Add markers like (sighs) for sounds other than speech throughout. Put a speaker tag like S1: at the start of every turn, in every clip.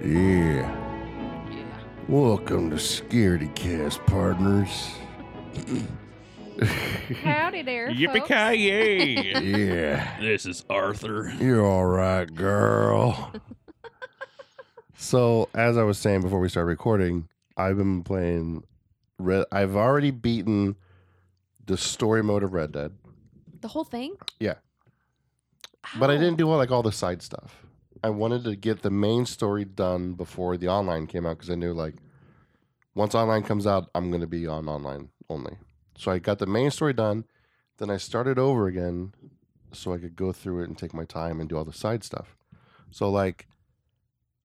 S1: Yeah.
S2: Yeah.
S1: Welcome to Scaredy Cast, partners.
S2: Howdy there. folks.
S3: Yippee-ki-yay.
S1: Yeah.
S3: (laughs) this is Arthur.
S1: You're all right, girl. so, as I was saying before we started recording, I've been playing Red. I've already beaten the story mode of Red Dead,
S2: The whole thing? Oh.
S1: Yeah. but I
S2: Ow.
S1: didn't do all like all the side stuff. I wanted to get the main story done before the online came out because I knew like once online comes out, I'm going to be on online only. So I got the main story done. Then I started over again so I could go through it and take my time and do all the side stuff. So like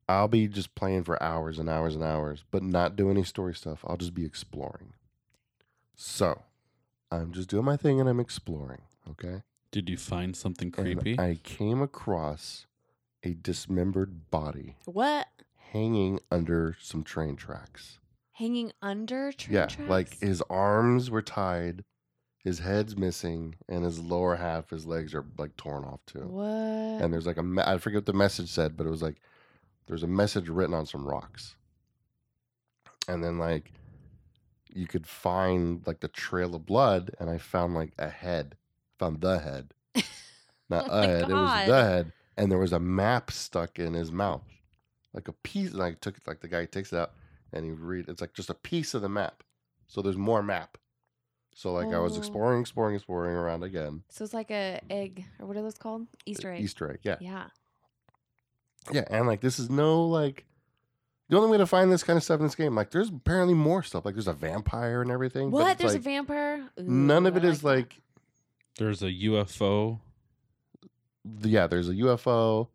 S1: I'll be just playing for hours and hours and hours, but not do any story stuff. I'll just be exploring. So I'm just doing my thing and I'm exploring. Okay.
S3: Did you find something
S1: And
S3: creepy?
S1: I came across a dismembered body
S2: What?
S1: hanging under some train tracks.
S2: Hanging under train
S1: yeah,
S2: tracks?
S1: like his arms were tied, his head's missing, and his lower half, his legs are like torn off too.
S2: What? Uh,
S1: And there's like a me- I forget what the message said, but it was like there's a message written on some rocks. And then like you could find like the trail of blood and I found like a head. Found the
S2: (laughs)
S1: head. Not
S2: Oh my
S1: a head, it was the
S2: God.
S1: head and there was a map stuck in his mouth. Like a piece and I took like the guy takes it out and he read it's like just a piece of the map. So there's more map. So like I was
S2: Oh.
S1: exploring, exploring, exploring around again.
S2: so it's like a egg, or what are those called? Easter egg.
S1: Easter egg, yeah.
S2: Yeah.
S1: Yeah, and like this is no like the only way to find this kind of stuff in this game. Like there's apparently more stuff. Like there's a vampire and everything. but
S2: What?
S1: it's,
S2: There's
S1: like,
S2: a vampire?
S1: None
S2: Ooh,
S1: of
S2: I
S1: it is
S2: that.
S1: like
S3: There's a UFO.
S1: th- yeah. There's a UFO.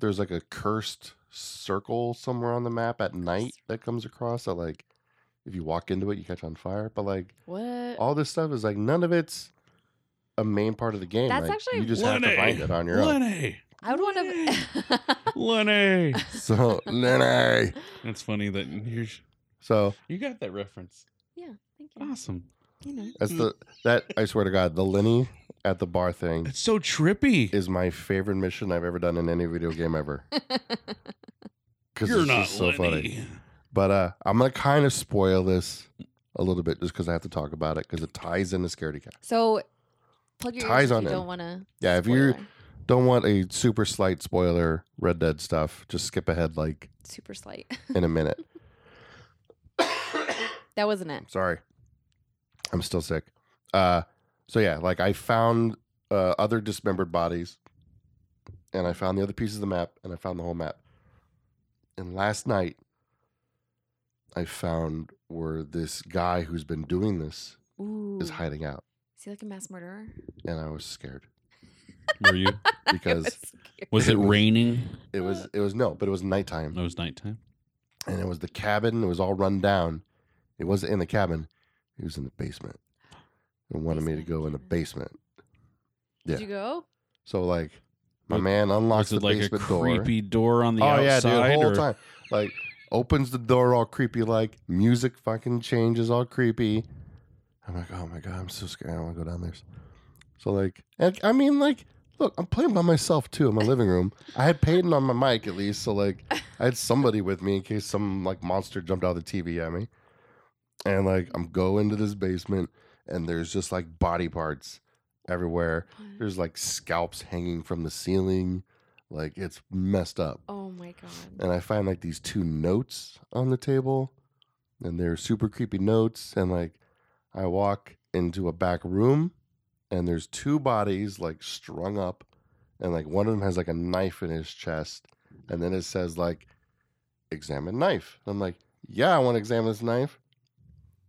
S1: There's like a cursed circle somewhere on the map at night that comes across that like if you walk into it you catch on fire. But like
S2: What?
S1: all this stuff is like none of it's a main part of the game.
S2: That's
S1: like,
S2: actually
S1: you just have to find it on your own.
S3: Lenny.
S2: I would want to.
S3: (laughs) Lenny.
S1: So Lenny.
S3: That's funny that you
S1: So
S3: you got that reference.
S2: yeah. (laughs) Thank you.
S3: Awesome.
S2: You know. (laughs)
S1: that's the that I swear to God, the Lenny at the bar thing
S3: It's so trippy.
S1: is my favorite mission I've ever done in any video game ever. Because
S3: You're
S1: it's
S3: not
S1: just so
S3: Lenny.
S1: funny. But uh, I'm gonna kind of spoil this a little bit just because I have to talk about it because it ties into Scaredy Cat.
S2: So plug your
S1: Ties
S2: ears if
S1: on
S2: you
S1: him.
S2: don't want to.
S1: Yeah, if you don't want a super slight spoiler, Red Dead stuff, just skip ahead like
S2: Super slight. (laughs)
S1: in a minute.
S2: that wasn't it.
S1: I'm sorry. I'm still sick. Uh, so yeah, like I found uh, other dismembered bodies, and I found the other pieces of the map, and I found the whole map. And last night, I found where this guy who's been doing this
S2: Ooh.
S1: is hiding out,
S2: Is he like a mass murderer? (laughs)
S1: and I was scared
S3: Were you?
S1: because
S2: I was scared.
S3: Was it
S1: (laughs) It was-
S3: raining?
S1: it was it was no, but it was nighttime,
S3: No, it was nighttime.
S1: and it was the cabin. It was all run down. It wasn't in the cabin. It was in the basement. And wanted me to
S2: Basement
S1: go in the
S2: cabin.
S1: basement. yeah.
S2: Did you go?
S1: So like my
S3: Was-
S1: man unlocks
S3: Was
S1: the
S3: it like a
S1: basement door.
S3: creepy door on the
S1: oh yeah,
S3: outside?
S1: dude, whole
S3: or-
S1: time. Like opens the door all creepy like music fucking changes all creepy. I'm like, oh my god, I'm so scared. I don't want to go down there. So like, and I mean like, look, I'm playing by myself too in my living room. I had Peyton on my mic at least, so like, I had somebody with me in case some like monster jumped out of the TV at me. And like, I'm go into this basement, and there's just like body parts everywhere. There's like scalps hanging from the ceiling. Like it's messed up.
S2: Oh my god.
S1: And I find like these two notes on the table. And they're super creepy notes. And like I walk into a back room and there's two bodies like strung up. And like one of them has like a knife in his chest. And then it says like examine knife. And I'm like, yeah, I want to examine this knife.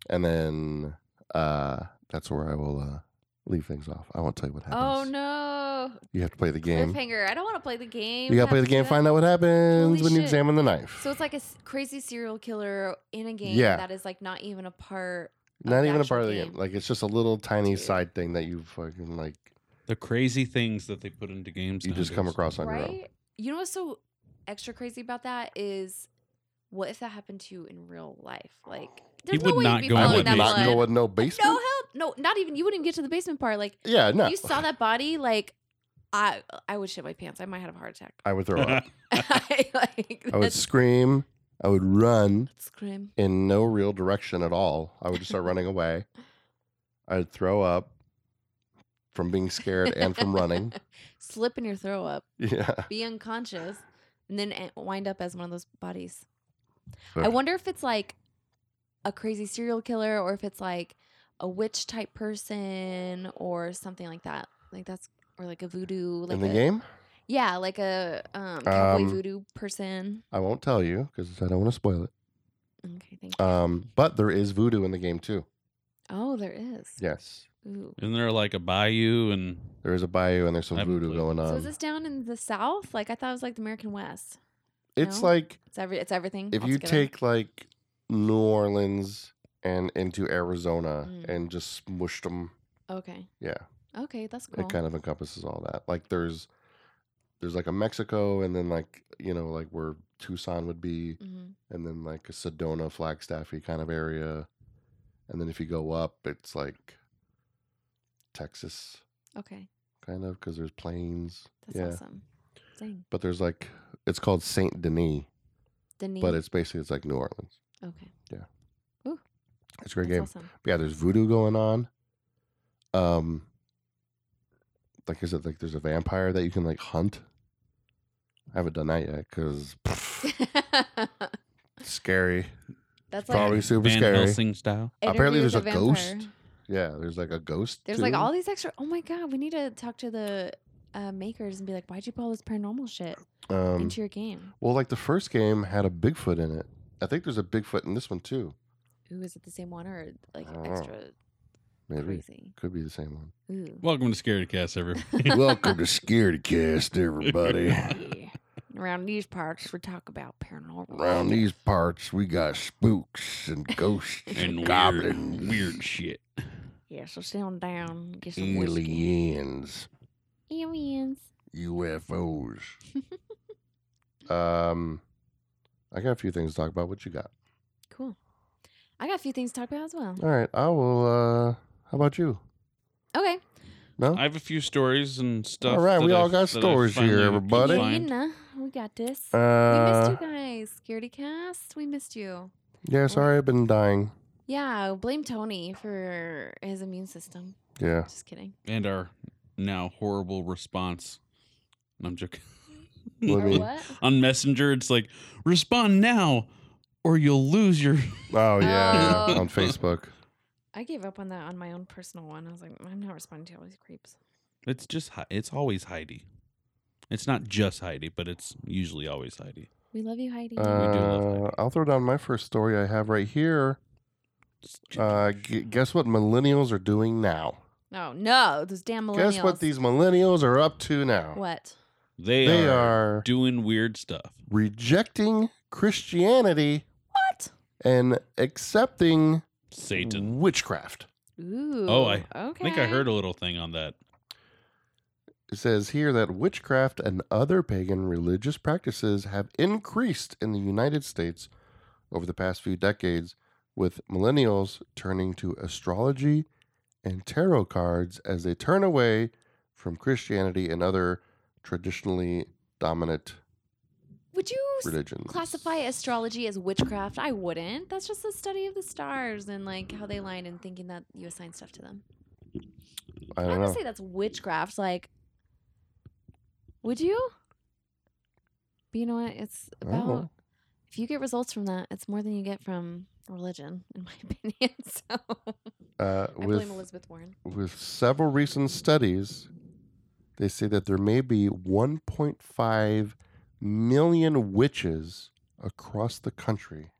S1: And then uh that's where I will uh leave things off. I won't tell you what
S2: Oh
S1: happens.
S2: no.
S1: You have to play the game.
S2: Cliffhanger. I don't want to play the game.
S1: You gotta play the
S2: That's
S1: game,
S2: good.
S1: find out what happens
S2: Holy
S1: when you
S2: shit.
S1: examine the knife.
S2: So it's like a s- crazy serial killer in a game
S1: Yeah.
S2: that is like not even a part. of
S1: Not
S2: the
S1: even a
S2: actual
S1: part of the game.
S2: game.
S1: Like it's just a little tiny
S2: Dude.
S1: side thing that you fucking like
S3: The crazy things that they put into games.
S1: you just come
S3: nowadays. (laughs)
S1: across on your own.
S2: right? You know what's so extra crazy about that is what if that happened to you in real life? Like, there's no
S3: would
S2: way
S3: not
S2: you'd be
S3: go in
S1: I
S2: following
S1: would
S2: that
S1: not
S2: blood.
S1: go in no
S2: No
S1: basement.
S2: help. No, not even. You wouldn't even get to the basement part. Like,
S1: yeah, no.
S2: you saw that body. Like, I I would shit my pants. I might have a
S1: (laughs)
S2: heart attack. (laughs)
S1: I would throw up.
S2: I, like,
S1: I would
S2: that's-
S1: scream. I would run
S2: scream.
S1: in no real direction at all. I would just start running away. I'd throw up from being scared and from running.
S2: (laughs) Slip in your throw up.
S1: Yeah.
S2: Be unconscious, and then e- wind up as one of those bodies. I
S1: Ugh.
S2: wonder if it's like a crazy serial killer, or if it's like a witch type person, or something like that. Like that's or like a voodoo. Like
S1: in the
S2: a-
S1: game?
S2: Yeah, like a um, cowboy
S1: Um,
S2: voodoo person.
S1: I won't tell you because I don't want to spoil it.
S2: Okay, thank you.
S1: Um, but there is voodoo in the game too.
S2: oh, there is.
S1: Yes.
S2: Ooh.
S3: Isn't there like a bayou and
S1: There is a bayou and there's some
S3: I haven't
S1: voodoo
S3: played it.
S1: going on.
S2: so is this down in the south? Like I thought it was like the American West.
S1: it's
S2: no?
S1: like
S2: It's every. It's everything.
S1: if you
S2: altogether?
S1: take like New Orleans and into Arizona
S2: Mm.
S1: and just smushed them,
S2: Okay.
S1: yeah,
S2: Okay, that's cool.
S1: it kind of encompasses all that. Like there's there's like a Mexico and then like you know like where Tucson would be
S2: Mhm.
S1: and then like a Sedona Flagstaffy kind of area, and then if you go up, it's like Texas
S2: Okay,
S1: kind of because there's plains.
S2: that's
S1: yeah,
S2: awesome. Dang,
S1: but there's like it's called Saint Denis,
S2: Denise.
S1: but it's basically it's like New Orleans.
S2: okay.
S1: It's a great
S2: that's
S1: game.
S2: awesome. (laughs)
S1: But yeah, there's voodoo going on. Um, like I said, like there's a vampire that you can like hunt. I haven't done that yet
S2: (laughs)
S1: because (laughs) scary.
S2: that's like
S1: Probably super
S3: Van
S1: scary.
S3: Helsing style?
S2: Interview
S1: apparently
S2: with
S1: there's a ghost.
S2: vampire.
S1: Yeah, there's like a ghost.
S2: There's like
S1: too.
S2: all these extra. Oh my god, we need to talk to the uh, makers and be like, why'd you put all this paranormal shit
S1: Um,
S2: into your game?
S1: well, like the first game had a Bigfoot in it. I think there's a Bigfoot in this one too.
S2: Ooh, is it the same one or like
S1: I don't know.
S2: extra
S1: Maybe
S2: crazy?
S1: could be the same one.
S3: (laughs)
S2: Ooh.
S3: Welcome to Scaredy Cast, everyone.
S1: Welcome to Scaredy Cast,
S3: (laughs)
S1: everybody.
S2: Yeah. (laughs) Around these parts, we talk about paranormal.
S1: Around these parts, we got spooks and ghosts and,
S3: and
S1: goblins,
S3: weird, weird shit.
S2: Yeah, so sit on down, get some whiskey.
S1: aliens,
S2: Aliens.
S1: UFOs. um, I got a few things to talk about. What you got?
S2: Cool. I got a few things to talk about as well.
S1: All right, I will. Uh, how about you?
S2: Okay.
S1: No.
S3: I have a few stories and stuff.
S1: All right,
S3: that
S1: we
S3: I-
S1: all got
S3: that I
S1: stories here,
S3: finally
S1: everybody.
S3: could
S2: Yeah, you
S3: find.
S2: know, we got this. we
S1: uh,
S2: missed you guys. Scaredy Cast, we missed you.
S1: yeah. Sorry, I've been dying.
S2: Yeah, blame Tony for his immune system.
S1: Yeah.
S2: Just kidding.
S3: And our now horrible response. I'm joking. (laughs)
S1: What do
S2: Or
S1: you mean?
S2: what?
S3: On Messenger, it's like, respond now or you'll lose your. (laughs)
S1: Oh yeah,
S2: Oh.
S1: on
S2: (laughs)
S1: Facebook.
S2: I gave up on that on my own personal one. I was like, I'm not responding to all these creeps.
S3: It's just, Hei- it's always Heidi. It's not just Heidi, but it's usually always Heidi.
S2: We love you, Heidi.
S3: love
S1: Uh, I'll throw down my first story I have right here. Uh, g- guess what millennials are doing now?
S2: no, Oh, no, those damn millennials.
S1: Guess what these millennials are up to now?
S2: What?
S3: they,
S1: They
S3: are,
S1: are
S3: doing weird stuff.
S1: rejecting Christianity
S2: What?
S1: and accepting Mm.
S3: Satan.
S1: witchcraft.
S2: Ooh.
S3: Oh, I
S2: okay.
S3: I think I heard a little thing on that.
S1: It says here that witchcraft and other pagan religious practices have increased in the United States over the past few decades, with millennials turning to astrology and tarot cards as they turn away from Christianity and other traditionally dominant
S2: Would you s-
S1: religions.
S2: classify astrology as witchcraft? I wouldn't. That's just the study of the stars and like how they line and thinking that you assign stuff to them.
S1: I
S2: I,
S1: don't
S2: would
S1: know.
S2: say that's witchcraft. Like, would you? But you know what? It's
S1: I don't know.
S2: about if you get results from that, it's more than you get from religion, (laughs) in my opinion. So
S1: Uh,
S2: I
S1: with,
S2: blame Elizabeth Warren.
S1: with several recent studies, they say that there may be 1.5 million witches across the country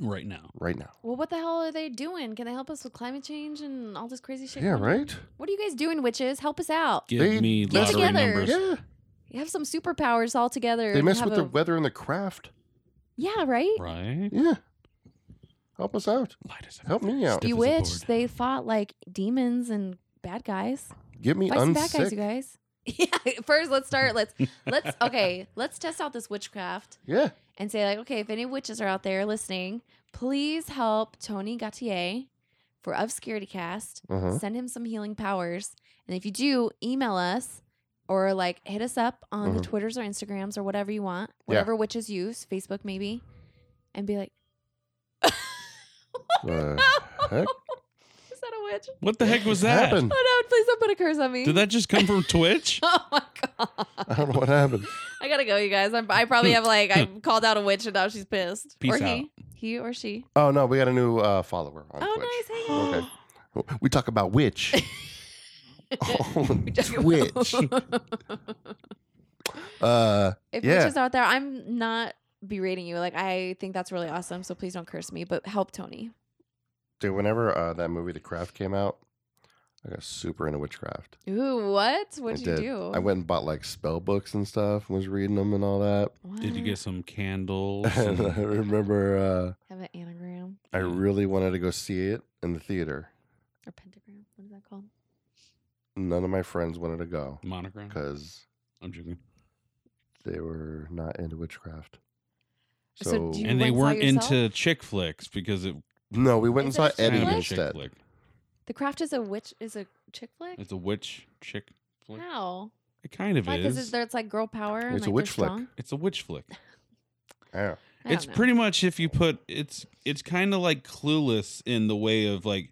S3: Right now.
S1: right now.
S2: Well, what the hell are they doing? Can they help us with climate change and all this crazy shit?
S1: Yeah,
S2: going on?
S1: right?
S2: What are you guys doing, witches? Help us out.
S3: Give
S1: They-
S3: me
S1: Get
S3: lottery
S2: together.
S3: numbers.
S1: Yeah.
S2: You have some superpowers all together.
S1: They
S2: and
S1: mess
S2: have
S1: with the
S2: a-
S1: weather and the craft.
S2: Yeah, right?
S3: Right?
S1: Yeah. Help us out.
S3: Light us up.
S1: Help me out.
S3: Stiff as a
S2: Bewitched.
S3: board.
S2: They fought like demons and bad guys.
S1: Get me
S2: Fight some bad guys, you
S1: unsick. (laughs)
S2: guys. Yeah. First, let's start. Let's let's okay. Let's test out this witchcraft
S1: Yeah.
S2: and say like, okay, if any witches are out there listening, please help Tony Gautier for Obscurity Cast.
S1: Uh-huh. (laughs)
S2: Send him some healing powers, and if you do, email us or like hit us up on the
S1: Mhm.
S2: Twitters or Instagrams or whatever you want, whatever witches use, Facebook maybe, and be like, (laughs)
S1: The heck?
S2: Is that a witch?
S3: What the heck was that?
S1: happened?
S2: Oh no! Please don't put a curse on me.
S3: Did that just come
S1: (laughs)
S3: from Twitch?
S2: (laughs) Oh my god!
S3: (laughs)
S1: I don't know what happened.
S2: I gotta go, you guys. I'm, I probably have like I called out a witch and now she's pissed.
S3: Peace
S2: or he,
S3: out.
S2: he or she.
S1: Oh no, we got a new uh, follower on
S2: oh,
S1: Twitch.
S2: nice. Hey, (laughs)
S1: Okay. We talk about (laughs) which. on
S2: guys. (laughs)
S1: Twitch. Uh,
S2: if
S1: Yeah.
S2: witches out there, I'm not berating you. Like I think that's really awesome. So please don't curse me, but help Tony.
S1: dude, whenever uh, that movie The Craft came out, I got super into witchcraft.
S2: Ooh, what? What'd
S1: I
S2: you
S1: did.
S2: do?
S1: I went and bought like spell books and stuff, was reading them and all that. (laughs)
S3: Did you
S2: What?
S3: get some candles?
S1: And (laughs) I
S3: some-
S1: remember uh,
S2: have an anagram
S1: I really wanted to go see it in the theater.
S2: or pentagram? What is that called?
S1: None of my friends wanted to go
S3: monogram?
S1: because
S3: I'm joking.
S1: they were not into witchcraft.
S2: So
S1: So,
S2: do You
S3: And they
S2: went saw
S3: weren't
S2: yourself?
S3: into chick flicks because it
S1: no, we went and
S2: Is
S1: saw
S2: it
S1: Eddie
S3: kind of a
S2: flick?
S3: chick
S1: instead.
S3: flick.
S2: The craft is a witch is a chick flick.
S3: It's a witch chick flick.
S2: How?
S3: It kind of
S2: Why?
S3: is.
S2: Because it's, there- it's like girl power. and,
S1: It's a
S2: like, they're
S1: witch flick.
S2: strong?
S3: It's a
S2: (laughs)
S3: witch flick.
S1: Yeah.
S2: I don't
S3: It's
S2: know.
S3: pretty much if you put it's it's kind of like clueless in the way
S1: (laughs)
S3: of like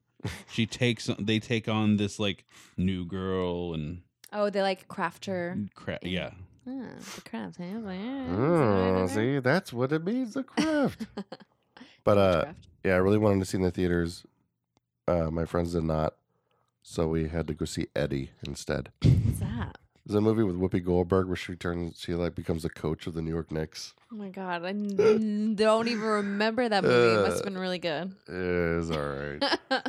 S3: she takes they take on this like new girl and
S2: Oh, they like craft her.
S3: cra- yeah
S2: Ah, the crafts. Huh? Well,
S1: Mm,
S2: it's an
S1: see, that's what it means,
S2: (laughs)
S1: the craft.
S2: anagram.
S1: but uh,
S2: Witchcraft.
S1: yeah, I really wanted to see it in the theaters. Uh, my friends did not, so we had to go see Eddie instead.
S2: What's that?
S1: There's a movie with Whoopi Goldberg where she turns, she like becomes the coach of the New York Knicks.
S2: Oh
S1: (laughs)
S2: my god, I n- don't even remember that movie. It must have been really good. (laughs)
S1: It was all right.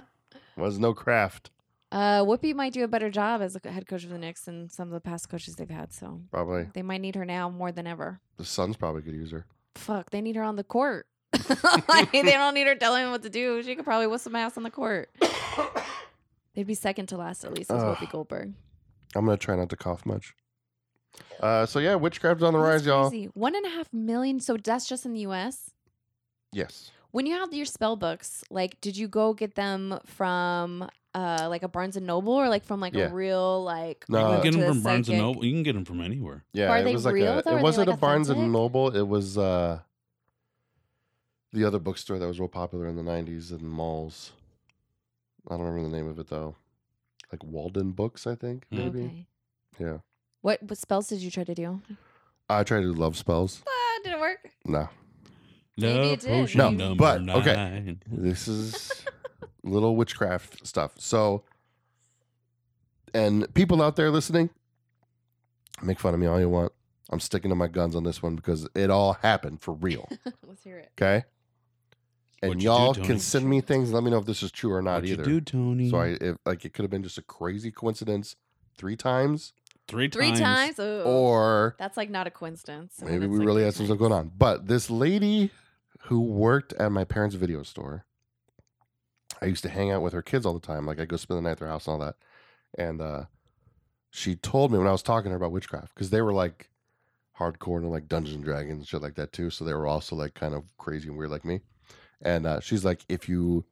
S1: was no craft,
S2: uh, Whoopi might do a better job as the head coach of the Knicks than some of the past coaches they've had. So
S1: probably.
S2: they might need her now more than ever.
S1: The Suns probably could use her.
S2: Fuck, they need her on the court. (laughs) like they don't need her telling them what to do. She could probably whistle my ass on
S1: (coughs)
S2: the court. They'd be second to last at least as
S1: Ugh.
S2: Whoopi Goldberg.
S1: I'm gonna try not to cough much. Uh, so yeah, witchcraft's on the
S2: That's
S1: rise, y'all.
S2: crazy. One and a half million. So that's just in the U.S.
S1: Yes.
S2: When you have your spell books, like, did you go get them from uh like a Barnes and Noble or like from like
S1: Yeah.
S2: a real like?
S1: No.
S3: you
S1: Uh,
S3: can get
S2: to
S3: them
S2: a
S3: from Barnes and
S2: psychic?
S3: Noble you can get them from anywhere
S1: Yeah,
S2: Are
S1: it
S2: they
S1: was like
S2: real,
S1: a,
S2: though? Are
S1: it
S2: they,
S1: wasn't
S2: like,
S1: a Barnes
S2: authentic?
S1: and Noble. It was uh, the other bookstore that was real popular in the '90s in malls. I don't remember the name of it though. Like Walden Books, I think
S3: Mm.
S1: maybe.
S2: Hmm. Okay.
S1: Yeah,
S2: What what spells did you try to do?
S1: I tried to do love spells.
S2: Ah, did it work? (laughs)
S1: No,
S2: Maybe
S3: Love
S2: it did.
S3: potion
S2: No,
S3: number
S1: but, okay.
S3: nine.
S1: this is
S2: (laughs)
S1: little witchcraft stuff. So, and people out there listening, make fun of me all you want. I'm sticking to my guns on this one because it all happened for real.
S2: Let's hear it.
S1: Okay.
S3: What'd
S1: And
S3: you do,
S1: y'all
S3: Tony?
S1: can send me things. and Let me know if this is true or not
S3: What'd you
S1: either.
S3: do Tony
S1: So I if, like it could have been just a crazy coincidence three times,
S3: three
S2: Three
S3: times,
S2: times. Ooh.
S1: or
S2: that's like not a coincidence. And then
S1: maybe
S2: it's,
S1: we
S2: like,
S1: really
S2: three
S1: had some
S2: times.
S1: stuff going on. But this lady who worked at my parents' video store, I used to hang out with her kids all the time. Like I go spend the night at their house and all that. And uh, she told me when I was talking to her about witchcraft because they were like hardcore and like Dungeons and Dragons and shit like that too. So they were also like kind of crazy and weird like me. And uh, she's like, if you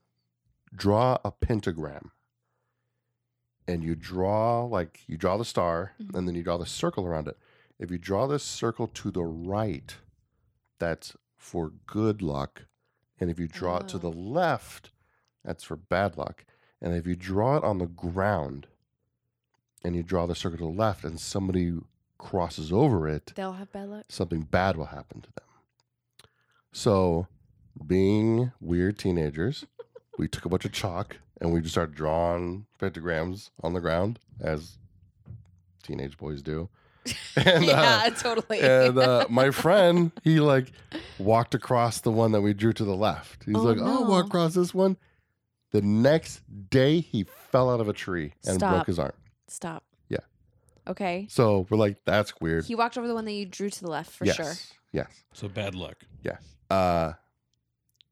S1: draw a pentagram and you draw like you draw the star
S2: Mhm.
S1: and then you draw the circle around it. If you draw this circle to the right, that's for good luck. And if you draw it to
S2: Oh.
S1: the left, that's for bad luck. And if you draw it on the ground and you draw the circle to the left and somebody crosses over it,
S2: They'll have bad luck.
S1: something bad will happen to them. So, being weird teenagers, we took a bunch of chalk and we just started drawing pentagrams on the ground as teenage boys do. And,
S2: (laughs) (laughs) yeah,
S1: uh,
S2: (laughs) totally.
S1: and uh, my friend, he like walked across the one that we drew to the left. He's
S2: Oh,
S1: like, I'll walk
S2: no.
S1: across this one. The next day, he fell out of a tree and
S2: Stop.
S1: broke his arm.
S2: (laughs) Stop.
S1: Yeah.
S2: Okay.
S1: So we're like, that's weird.
S2: He walked over the one that you drew to the left for
S1: yes,
S2: sure.
S1: Yes.
S3: so bad luck
S1: Uh,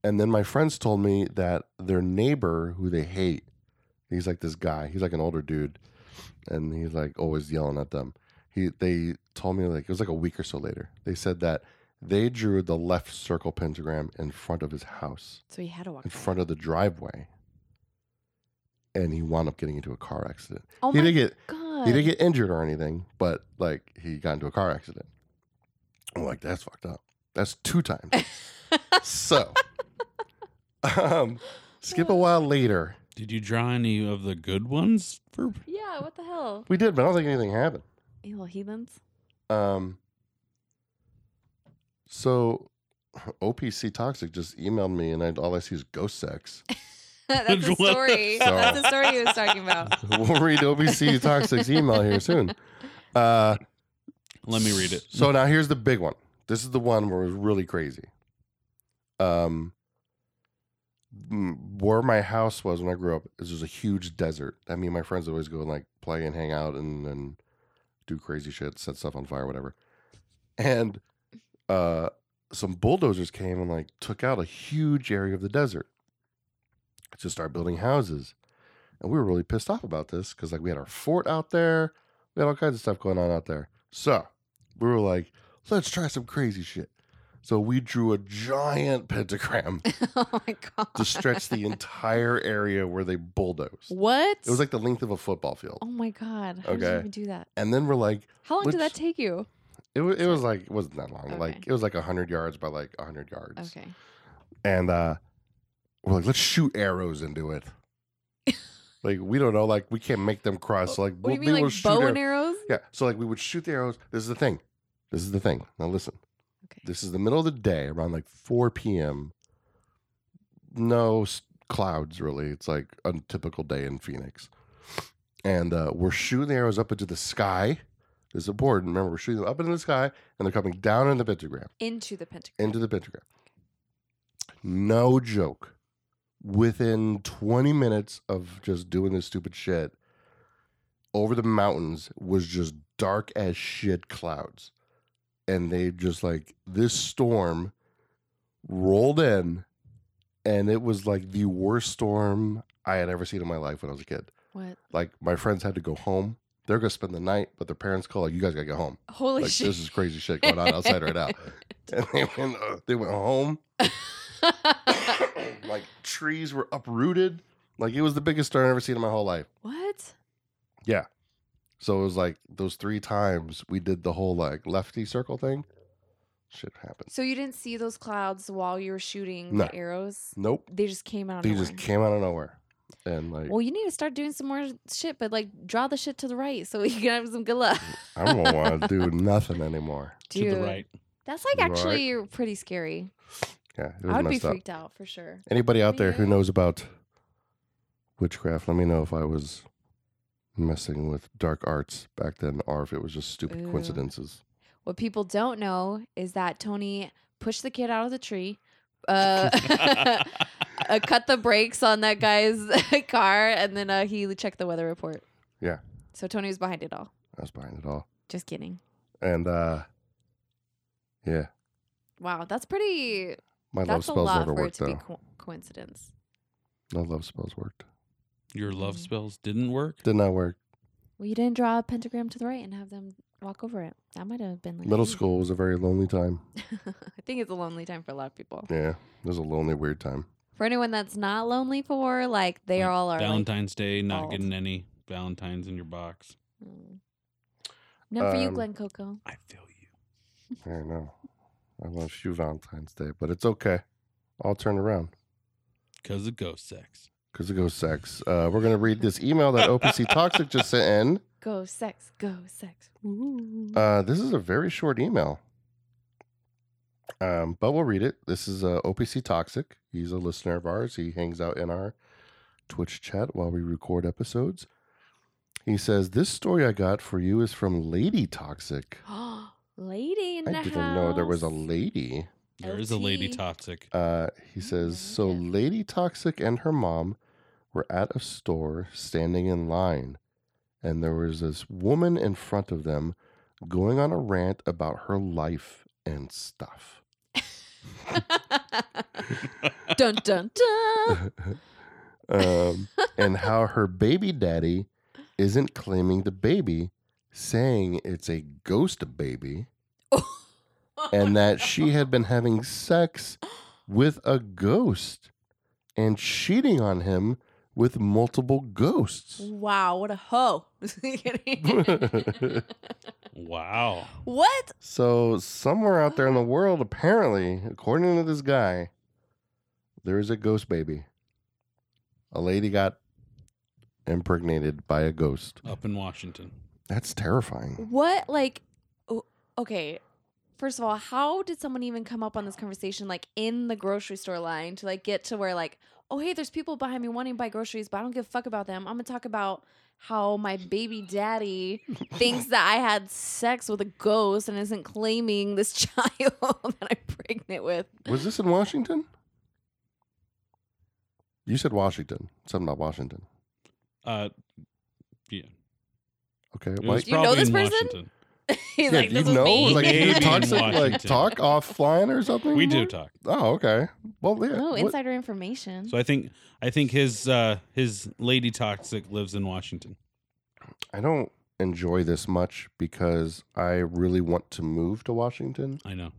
S1: and then my friends told me that their neighbor, who they hate, he's like this guy. He's like an older dude, and he's like always yelling at them. He they told me like it was like a week or so later. They said that they drew the left circle pentagram in front of his house,
S2: So he had to walk.
S1: in
S2: back.
S1: front of the driveway, and he wound up getting into a car accident.
S2: Oh
S1: he
S2: my
S1: didn't get
S2: god. god.
S1: He didn't get injured or anything, but like he got into a car accident. I'm like, that's fucked up. That's two times. so, (laughs) um, skip a while later.
S3: Did you draw any of the good ones for?
S2: yeah, what the hell?
S1: We did, but I don't think anything happened.
S2: You little heathens.
S1: Um, so (laughs) OPC Toxic just emailed me, and I, all I see is ghost sex. (laughs)
S2: (laughs) That's the
S3: What the
S2: story.
S1: hell?
S2: That's the story he was talking about. (laughs)
S3: Uh,
S1: we'll read OPC Toxic's email here soon. Uh,
S3: Let me read it.
S1: (laughs) So now here's the big one. This is the one where it was really crazy. Um, m- where my house was when I grew up is just a huge desert. I mean, my friends always go and like play and hang out and and do crazy shit, set stuff on fire, whatever. And uh, some bulldozers came and like took out a huge area of the desert to start building houses. And we were really pissed off about this because like we had our fort out there, we had all kinds of stuff going on out there. So we were like, let's try some crazy shit. So we drew a giant pentagram
S2: oh my god.
S1: to stretch
S2: (laughs)
S1: the entire area where they bulldozed.
S2: What?
S1: It was like the length of a football field.
S2: Oh my god. How did you
S1: Okay.
S2: even do that?
S1: And then we're like,
S2: How long did that
S1: Which-
S2: take you?
S1: it was, it was like, it wasn't that long.
S2: Okay.
S1: Like, it was like 100 yards by like 100 yards.
S2: Okay.
S1: and uh we're like, let's shoot arrows into
S2: (laughs)
S1: it. like we don't know, like we can't make them cross. So like
S2: Oh, What do you
S1: we
S2: mean,
S1: will
S2: like
S1: shoot
S2: bow
S1: arrow-
S2: and arrows?
S1: Yeah. So like we would shoot the arrows. This is the thing. This is the thing. Now listen.
S2: Okay.
S1: This is the middle of the day, around like 4 p.m. No s- clouds, really. It's like a typical day in Phoenix. And uh, we're shooting the arrows up into the sky. This is important. Remember, we're shooting them up into the sky, and they're coming down in the pentagram
S2: Into the pentagram.
S1: into the pentagram. No joke. Within 20 minutes of just doing this stupid shit, over the mountains was just dark as shit clouds. And they just like this storm rolled in, and it was like the worst storm I had ever seen in my life when I was a kid.
S2: what?
S1: Like, my friends had to go home. They're gonna spend the night, but their parents call, like, you guys gotta get home.
S2: Holy
S1: Like,
S2: shit.
S1: this is crazy shit going on outside right now. (laughs) And they went, uh, they went home (coughs) like trees were uprooted. Like it was the biggest storm I've ever seen in my whole life.
S2: (laughs) what?
S1: So it was like those three times we did the whole like lefty circle thing. Shit happened.
S2: So you didn't see those clouds while you were shooting
S1: No.
S2: the arrows?
S1: Nope.
S2: They just came out. of
S1: They
S2: nowhere.
S1: just came out of nowhere. And like
S2: Well, you need to start doing some more shit, but like draw the shit to the right so (laughs) you can have some good luck.
S1: I don't want to
S2: (laughs)
S1: do nothing anymore.
S3: To
S2: Dude,
S3: the (laughs) right.
S2: That's like
S1: Right.
S2: actually pretty scary.
S1: Yeah, it was
S2: I would be
S1: messed up.
S2: freaked out for sure.
S1: Anybody out there who
S2: Yeah.
S1: knows about witchcraft, let me know if I was messing with dark arts back then or if it was just stupid
S2: Ooh.
S1: coincidences.
S2: What people don't know is that Tony pushed the kid out of the tree,
S1: (laughs)
S2: uh, (laughs) uh, cut the brakes on that guy's (laughs) car, and then uh, he checked the weather report.
S1: Yeah.
S2: So Tony was behind it all.
S1: I was behind it all.
S2: Just kidding.
S1: And uh yeah,
S2: Wow, that's pretty.
S1: my love
S2: that's a
S1: spells
S2: lot
S1: never
S2: for it
S1: worked
S2: to be
S1: though.
S2: co- coincidence.
S1: No love spells worked.
S3: (laughs) Your love spells didn't work.
S1: Did not work.
S2: Well, you didn't draw a pentagram to the right and have them walk over it. That might have been like
S1: Middle
S2: you.
S1: school was a very lonely time.
S2: (laughs) I think it's a lonely time for a lot of people.
S1: Yeah, it was a lonely, weird time.
S2: For anyone that's not lonely for, like they
S3: Like,
S2: all are. Like,
S3: Valentine's Day, not
S2: bald.
S3: getting any Valentines in your box.
S2: Mm. not for you,
S1: Um,
S2: Glenn Coco.
S3: I feel you.
S1: I know. I love you, Valentine's Day, but it's okay. I'll turn around
S3: Because of ghost sex.
S1: because it goes sex. Uh, we're going to read this email that OPC Toxic just sent
S2: Go sex, go sex. Ooh.
S1: in. Uh, this is a very short email, um, but we'll read it. This is uh, OPC Toxic. He's a listener of ours. He hangs out in our Twitch chat while we record episodes. He says, This story I got for you is from Lady Toxic.
S2: (gasps) lady in
S1: Uh, I
S2: the house.
S1: didn't know there was a lady.
S3: There is a lady
S2: LT.
S3: toxic. (laughs)
S1: Uh, he
S2: Mm,
S1: says,
S2: I
S1: so
S2: like it.
S1: Lady Toxic and her mom were at a store standing in line, and there was this woman in front of them going on a rant about her life and stuff. (laughs)
S2: (laughs) dun dun dun.
S1: um, and how her baby daddy isn't claiming the baby, saying it's a ghost baby, (laughs) and that she had been having sex with a ghost and cheating on him with multiple ghosts.
S2: (laughs) Wow, what a hoe! (laughs)
S1: (laughs)
S2: Kidding. (laughs)
S3: Wow.
S2: what?
S1: So somewhere out there in the world, apparently, according to this guy, there is a ghost baby. A lady got impregnated by a ghost.
S3: Up in Washington.
S1: That's terrifying.
S2: What? Like, o- okay. First of all, how did someone even come up on this conversation, like in the grocery store line, to like get to where like, oh hey, there's people behind me wanting to buy groceries, but I don't give a fuck about them. I'm gonna talk about how my baby
S1: (laughs)
S2: daddy thinks that I had sex with a ghost and isn't claiming this (laughs) child that I'm pregnant with.
S1: Was this in Washington? You said Washington. Something about Washington.
S3: Uh,
S1: Okay.
S3: it
S1: Why,
S3: was
S2: Do you know
S3: probably
S2: this
S3: in
S2: person?
S3: Washington.
S2: (laughs) He's
S1: yeah,
S2: like,
S1: you
S2: this is
S1: know,
S2: me.
S1: like
S2: (laughs)
S1: you
S3: Maybe
S1: talk,
S3: in
S1: some, like
S3: Washington.
S1: talk offline or something.
S3: We do
S1: more?
S3: talk.
S1: Oh, okay. Well, yeah.
S2: no
S1: What-
S2: insider information.
S3: So I think I think his uh his lady toxic lives in Washington.
S1: I don't enjoy this much because I really want to move to Washington.
S3: I know.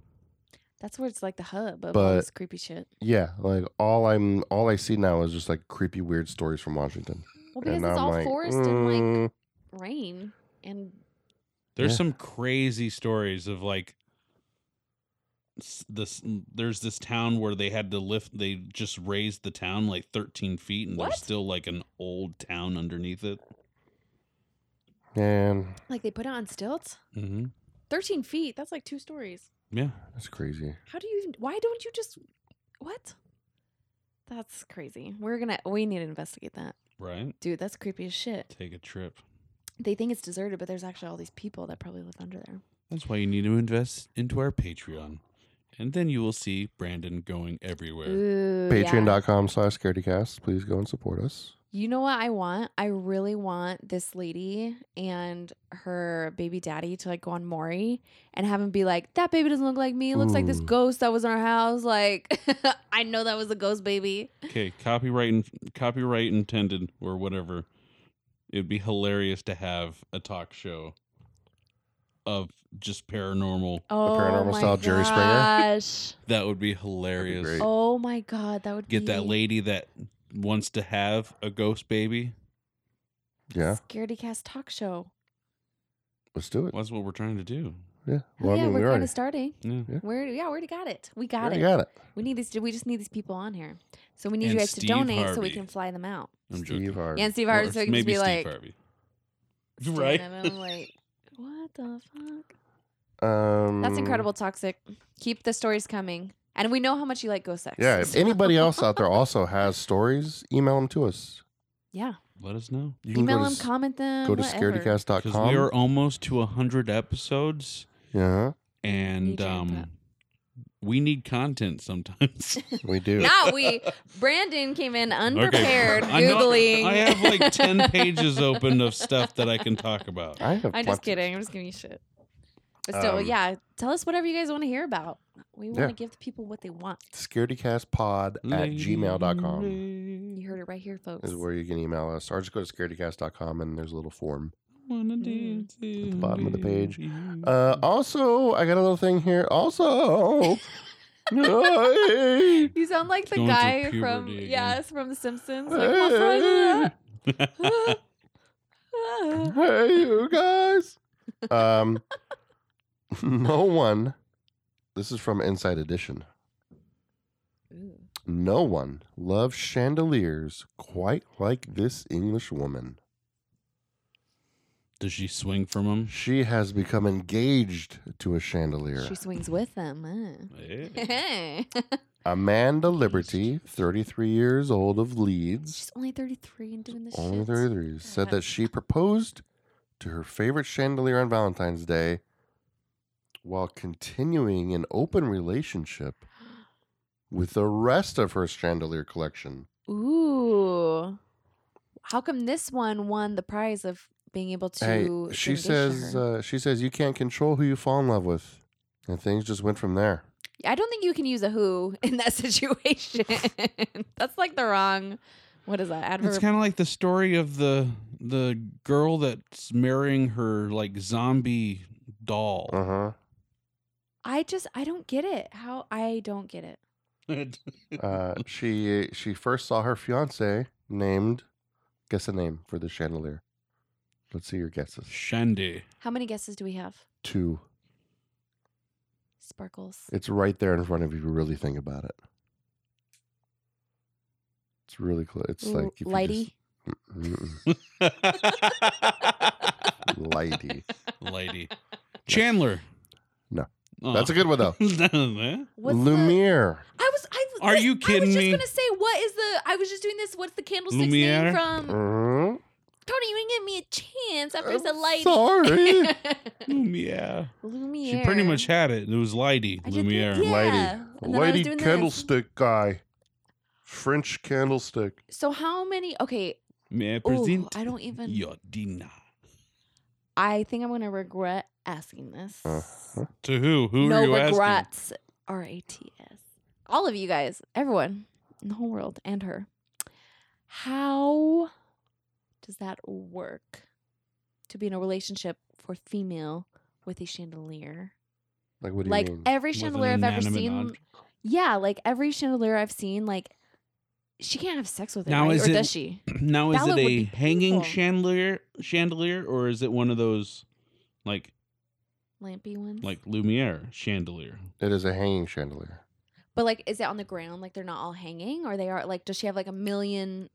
S2: That's where it's like the hub of all
S1: But-
S2: this creepy shit.
S1: Yeah, like all I'm all I see now is just like creepy weird stories from Washington.
S2: Well, because it's
S1: I'm
S2: all forest and like
S1: "Mm."
S2: rain and
S3: There's
S1: Yeah.
S3: some crazy stories of like s- this there's this town where they had to lift they just raised the town like 13 feet and
S2: What?
S3: there's still like an old town underneath it
S1: man,
S2: like they put it on stilts.
S3: mm-hmm.
S2: Thirteen feet. That's like two stories.
S3: yeah
S1: that's crazy.
S2: How do you? even Why don't you just? What? That's crazy. We're gonna. We need to investigate that,
S3: right
S2: dude. That's creepy as shit.
S3: take a trip
S2: They think it's deserted, but there's actually all these people that probably live under there.
S3: that's why you need to invest into our patreon and then you will see brandon going everywhere
S2: Ooh, Oh, yeah.
S1: Patreon.com slash scaredycast. Please go and support us.
S2: You know what I want? I really want this lady and her baby daddy to like go on Maury and have him be like, that baby doesn't look like me. It looks like this
S1: Ooh.
S2: ghost that was in our house. Like, (laughs) I know that was a ghost baby.
S3: okay copyright and copyright intended or whatever it'd be hilarious to have a talk show of just paranormal
S2: Oh,
S1: paranormal
S2: my
S1: style Jerry Springer?
S2: gosh.
S3: That would be hilarious.
S1: great.
S2: oh my God. That would
S3: Get that
S2: be
S3: lady that wants to have a ghost baby.
S1: Yeah,
S2: Scaredy Cast talk show.
S1: let's do it.
S3: That's what we're trying to do.
S1: Yeah,
S2: Oh,
S1: well,
S2: yeah,
S1: I mean,
S2: we're
S1: we
S2: kind
S1: already,
S2: of starting.
S3: Yeah.
S2: We're, yeah, we already got it. We
S1: we
S2: got
S1: already
S2: it.
S1: got it.
S2: We need these. We just need these people on here. So we need you
S3: And
S2: guys
S3: Steve
S2: to donate so we
S3: Harvey.
S2: can fly them out.
S3: I'm
S1: Steve
S3: joking.
S1: Harvey.
S2: And Steve
S3: Or
S2: Harvey, so we can just
S3: maybe
S2: be
S3: Steve
S2: like, (laughs)
S3: Harvey.
S2: staring
S3: Right?
S2: at him like, what the fuck?
S1: um,
S2: That's incredible, toxic. Keep the stories coming, and we know how much you like ghost sex.
S1: Yeah, if (laughs) anybody else out there also has stories, email them to us.
S2: yeah.
S3: Let us know.
S1: You
S2: Email
S1: go
S2: them,
S1: to, s-
S2: comment them.
S1: go to
S2: whatever.
S3: Because we
S1: scaredycast.com.
S3: are almost to 100 episodes
S1: (laughs) yeah,
S2: Need
S3: and
S2: your
S3: um,
S2: input.
S3: we need content sometimes.
S1: we do.
S2: Now we, Brandon came in unprepared,
S3: I know-
S2: googling.
S3: I have
S2: (laughs)
S3: like 10 pages open of stuff that I can talk about.
S1: I have
S2: I'm
S1: lots
S2: just
S1: of-
S2: kidding. I'm just giving you shit. But still,
S1: Um,
S2: yeah. Tell us whatever you guys want to hear about. We want to
S1: Yeah.
S2: give the people what they want.
S1: Scaredycastpod at gmail.com.
S2: You heard it right here, folks.
S1: is where you can email us, or just go to scaredycast.com and there's a little form.
S3: At
S1: the bottom of the page. Uh,
S2: Mm-hmm.
S1: also, I got a little thing here.
S2: (laughs)
S1: Also, hey,
S2: You sound like the
S3: Going through
S2: guy
S3: puberty
S2: from
S3: again.
S2: yes, from The Simpsons. Like, (laughs)
S1: hey,
S2: "My friend, ah,
S3: (laughs)
S2: (laughs) ah."
S1: hey, you guys. Um, (laughs) no one. This is from Inside Edition.
S2: Ooh.
S1: No one loves chandeliers quite like this English woman.
S3: (laughs) Does she swing
S1: (laughs)
S3: from him?
S1: She has become engaged to a chandelier.
S2: She swings with them. Huh?
S3: Yeah.
S2: Hey.
S1: Amanda Liberty, 33 years old of Leeds,
S2: (laughs) She's only 33 and doing this
S1: only
S2: shit.
S1: 33, said that she proposed to her favorite chandelier on Valentine's Day while continuing an open relationship with the rest of her chandelier collection.
S2: Ooh. How come this one won the prize of being able to
S1: hey, she
S2: engage to
S1: says
S2: her?
S1: uh, she says you can't control who you fall in love with, and things just went from there.
S2: I don't think you can use a who (laughs) in that situation. (laughs) That's like the wrong what is that? Adverb
S3: It's kind of like the story of the the girl that's marrying her like zombie doll.
S1: Uh huh.
S2: I just I don't get it. How I don't get it.
S1: Uh, she she first saw her fiance named guess the name for the chandelier. Let's see your guesses. (laughs)
S3: (laughs) Shandy.
S2: How many guesses do we have?
S1: Two.
S2: Sparkles.
S1: It's right there in front of you if you really think about it. It's really close. It's
S2: L-
S1: like if you just-
S2: Lighty.
S1: Mm-mm. Lighty.
S3: Lady. Lady. Chandler.
S1: No.
S3: Oh.
S1: That's a good one though.
S3: (laughs)
S2: What's the-
S1: Lumiere.
S2: I was. I,
S3: Are you
S2: I
S3: kidding
S2: was just
S3: me?
S2: gonna say what is the? I was just doing this. What's the candlestick's
S3: Lumiere?
S2: name from?
S1: Mm,
S2: Tony, you didn't give me a chance after it's a
S1: I'm
S2: lighty.
S1: Sorry. (laughs)
S3: Lumiere.
S2: (laughs) Lumiere.
S3: She pretty much had it. It was Lady.
S2: I did think-
S3: Lumiere.
S2: yeah.
S1: Lighty.
S2: and then I was
S1: Lighty
S2: doing this.
S1: candlestick guy. French candlestick.
S2: So how many? Okay.
S3: Me
S2: Ooh,
S3: present
S2: I don't even.
S3: your dinner.
S2: I think I'm gonna regret asking this.
S1: Uh-huh.
S3: To who? Who
S2: no
S3: are you asking?
S2: regrets. R A T S. All of you guys, everyone in the whole world, and her. How does that work? To be in a relationship for female with a chandelier,
S1: Like what do
S2: like eh
S1: you mean?
S2: every
S3: With an
S2: chandelier I've ever
S3: inanimate
S2: seen,
S3: object. (clears throat)
S2: yeah, like every chandelier I've seen, like she can't have sex with it,
S3: Now,
S2: right?
S3: is
S2: or
S3: it-
S2: does she?
S3: Now is
S2: Ballot
S3: it
S2: would
S3: a
S2: be
S3: hanging
S2: painful.
S3: chandelier chandelier or is it one of those like
S2: Lampy ones,
S3: like Lumiere chandelier?
S1: It is a hanging chandelier.
S2: but like, is it on the ground? Like they're not all hanging, or they are? Like, does she have like a million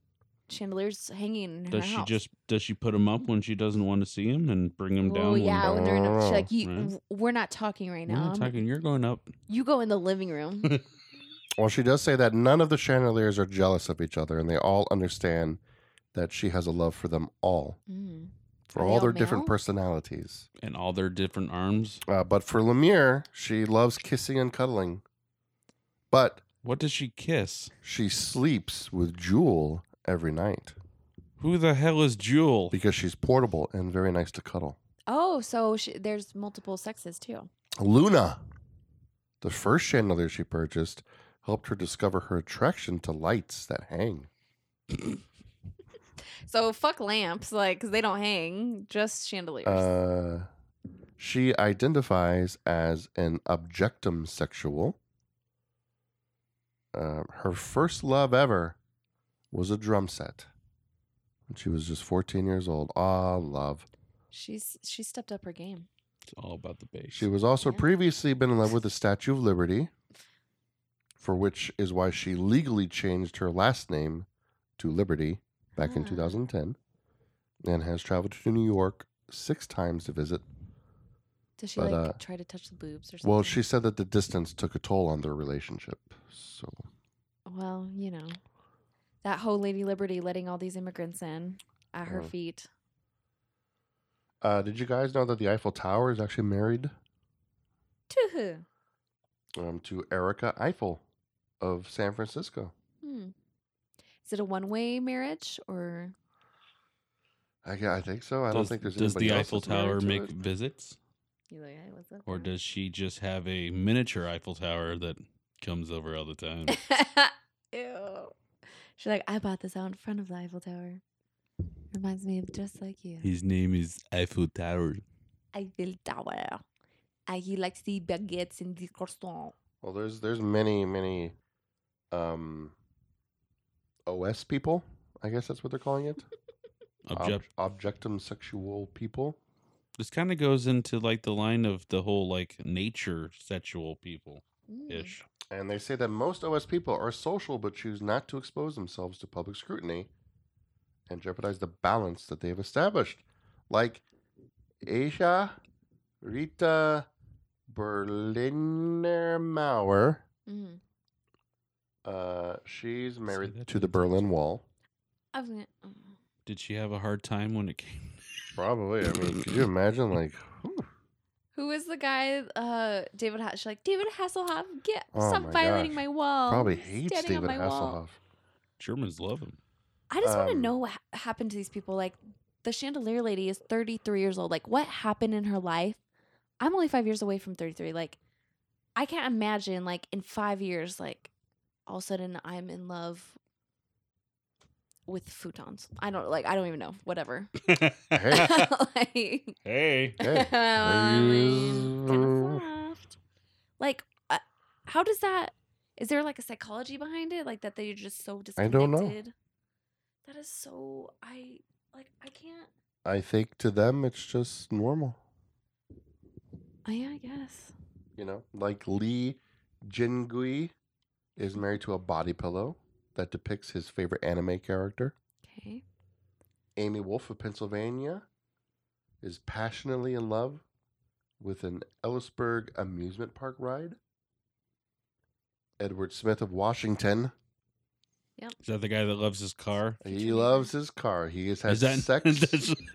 S2: chandeliers hanging? In
S3: Does
S2: her
S3: she
S2: house?
S3: just does she put them up when she doesn't want to see them and bring them down?
S2: Oh
S3: when-
S2: yeah, when they're in a,
S1: Oh,
S2: she, like you,
S3: right.
S2: w- we're not talking right
S3: We're
S2: now.
S3: not
S2: I'm-
S3: talking. You're going up.
S2: You go in the living
S3: (laughs)
S2: room.
S1: Well, she does say that none of the chandeliers are jealous of each other, and they all understand that she has a love for them all,
S2: Mm.
S1: for
S2: Are they
S1: all
S2: all
S1: their different
S2: male?
S1: personalities.
S3: and all their different arms.
S1: Uh, but for Lemire, she loves kissing and cuddling, but
S3: What does she kiss?
S1: she sleeps with Jewel every night
S3: Who the hell is Jewel?
S1: because she's portable and very nice to cuddle.
S2: Oh, so she, there's multiple sexes too.
S1: Luna, the first chandelier she purchased, helped her discover her attraction to lights that hang.
S2: So fuck lamps, like 'cause they don't hang, just chandeliers.
S1: Uh, she identifies as an objectum sexual. Uh, her first love ever was a drum set. When she was just 14 years old. Ah, love.
S2: She's she stepped up her game.
S3: It's all about the bass.
S1: She was also
S2: Yeah.
S1: previously been in love
S2: (laughs)
S1: with the Statue of Liberty, for which is why she legally changed her last name to Liberty back in
S2: Ah.
S1: 2010 and has traveled to New York six times to visit
S2: Does she
S1: But,
S2: like
S1: uh,
S2: try to touch the boobs or something?
S1: Well, she said that the distance took a toll on their relationship. So
S2: well, you know, that whole Lady Liberty letting all these immigrants in at her
S1: Yeah.
S2: feet.
S1: Uh, did you guys know that the Eiffel Tower is actually married
S2: To who?
S1: um, to Erica Eiffel of San Francisco?
S2: Hmm. Is it a one way marriage or
S1: I, gue- I think so. I don't
S3: does,
S1: think there's
S3: does
S1: anybody
S3: the
S1: else
S3: Eiffel
S1: that's married
S3: Tower
S1: to
S3: make
S1: it.
S3: visits,
S2: you like, hey, what's up?
S3: or
S2: girl?"
S3: does she just have a miniature Eiffel Tower that comes over all
S2: (laughs)
S3: the time?
S2: Ew. She's like, I bought this out in front of the Eiffel Tower. Reminds me of just like you.
S3: His name is Eiffel Tower.
S2: Eiffel Tower. I he likes the baguettes and the croissant.
S1: Well, there's there's many many um, OS people. I guess that's what they're calling it.
S3: Object.
S1: Ob- objectum sexual people.
S3: this kind of goes into like the line of the whole like nature sexual people ish.
S2: Mm-hmm.
S1: And they say that most OS people are social but choose not to expose themselves to public scrutiny and jeopardize the balance that they have established. Like Asia Rita Berliner Mauer.
S2: Mm.
S1: Uh, she's married
S3: that
S1: to the
S3: means-
S1: Berlin Wall.
S2: I was gonna. uh,
S3: Did she have a hard time when it came? (laughs)
S1: Probably. I mean, could you imagine? Like, whew,
S2: Who is the guy? Uh, David. Ha- She's like David Hasselhoff. Get
S1: Oh
S2: stop
S1: my
S2: violating
S1: gosh.
S2: my wall.
S1: probably
S2: He's
S1: hates
S2: Oh, standing on
S1: David
S2: my wall."
S1: Hasselhoff.
S3: Germans love him.
S2: I just want to
S1: Um,
S2: know what ha- happened to these people. Like the chandelier lady is 33 years old. Like what happened in her life? I'm only five years away from 33. Like I can't imagine. Like in five years, like all of a sudden I'm in love with futons. I don't like. I don't even know. Whatever. (laughs)
S1: Hey,
S3: (laughs)
S2: like,
S3: hey.
S1: hey.
S2: (laughs) I mean, kinda soft. Like uh, how does that? Is there like a psychology behind it? Like that they're just so
S1: I
S2: disconnected.
S1: don't know.
S2: That is so. I like. I can't. (laughs)
S1: I think to them it's just normal.
S2: Oh, yeah, I guess.
S1: You know, like Lee Jingui is married to a body pillow that depicts his favorite anime character.
S2: Okay.
S1: Amy Wolf of Pennsylvania is passionately in love with an Ellisburg amusement park ride. Edward Smith of Washington,
S3: Is that the guy that loves his car?
S1: he loves his car. He has had
S3: Is that